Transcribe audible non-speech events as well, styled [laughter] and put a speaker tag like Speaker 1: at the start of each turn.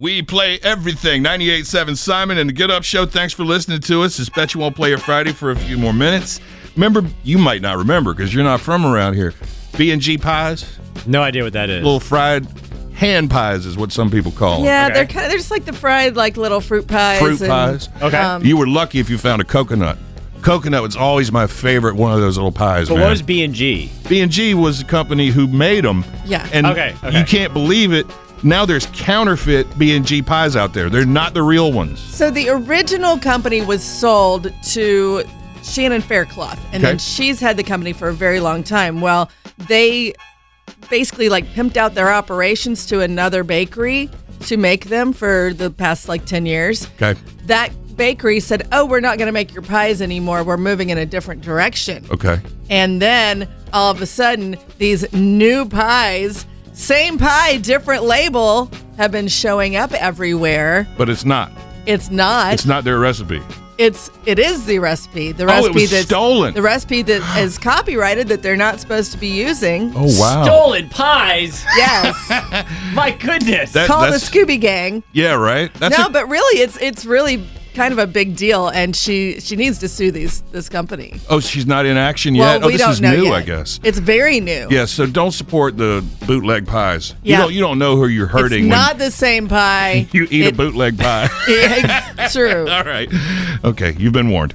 Speaker 1: We play everything. 98.7 Simon and the Get Up Show. Thanks for listening to us. Just bet you won't play a Friday for a few more minutes. Remember, you might not remember because you're not from around here. B&G pies,
Speaker 2: No idea what that is.
Speaker 1: little fried hand pies is what some people call them.
Speaker 3: Yeah,
Speaker 2: Okay.
Speaker 3: they're kind of, they're just like the fried like little fruit pies.
Speaker 1: Oh, Fruit
Speaker 3: and-
Speaker 1: pies.
Speaker 2: okay.
Speaker 3: um,
Speaker 1: you were lucky if you found a coconut. Coconut was always my favorite one of those little pies,
Speaker 2: but
Speaker 1: man.
Speaker 2: what was B and G?
Speaker 1: B&G was the company who made them.
Speaker 3: Yeah.
Speaker 1: And
Speaker 2: Okay, okay.
Speaker 1: you can't believe it. Now there's counterfeit B&G pies out there. They're not the real ones.
Speaker 3: So the original company was sold to Shannon Faircloth, and
Speaker 1: Okay.
Speaker 3: then she's had the company for a very long time. Well, they basically like pimped out their operations to another bakery to make them for the past like 10 years.
Speaker 1: Okay.
Speaker 3: That bakery said, Oh, we're not going to make your pies anymore. We're moving in a different direction.
Speaker 1: Okay.
Speaker 3: And then all of a sudden, these new pies, same pie, different label, have been showing up everywhere.
Speaker 1: But it's not.
Speaker 3: It's not.
Speaker 1: It's not their recipe.
Speaker 3: It's it is the recipe. The
Speaker 1: Oh,
Speaker 3: recipe
Speaker 1: it was
Speaker 3: that's
Speaker 1: stolen.
Speaker 3: The
Speaker 1: [gasps]
Speaker 3: recipe that is copyrighted that they're not supposed to be using.
Speaker 1: Oh
Speaker 2: Stolen pies.
Speaker 1: [laughs]
Speaker 3: Yes,
Speaker 2: My goodness.
Speaker 1: That-
Speaker 3: call the
Speaker 1: that's-
Speaker 3: Scooby Gang.
Speaker 1: Yeah, right. That's
Speaker 3: no,
Speaker 1: a-
Speaker 3: but really, it's it's really kind of a big deal, and she she needs to sue these this company.
Speaker 1: oh, she's not in action yet.
Speaker 3: well,
Speaker 1: oh,
Speaker 3: we
Speaker 1: this
Speaker 3: don't
Speaker 1: is
Speaker 3: know
Speaker 1: new,
Speaker 3: yet.
Speaker 1: I guess.
Speaker 3: it's very new.
Speaker 1: Yeah, so don't support the bootleg pies.
Speaker 3: Yeah.
Speaker 1: You don't you don't know who you're
Speaker 3: it's
Speaker 1: hurting
Speaker 3: not the same pie.
Speaker 1: when [laughs] you eat a
Speaker 3: It-
Speaker 1: bootleg pie. [laughs]
Speaker 3: It's true.
Speaker 1: All right. Okay, you've been warned.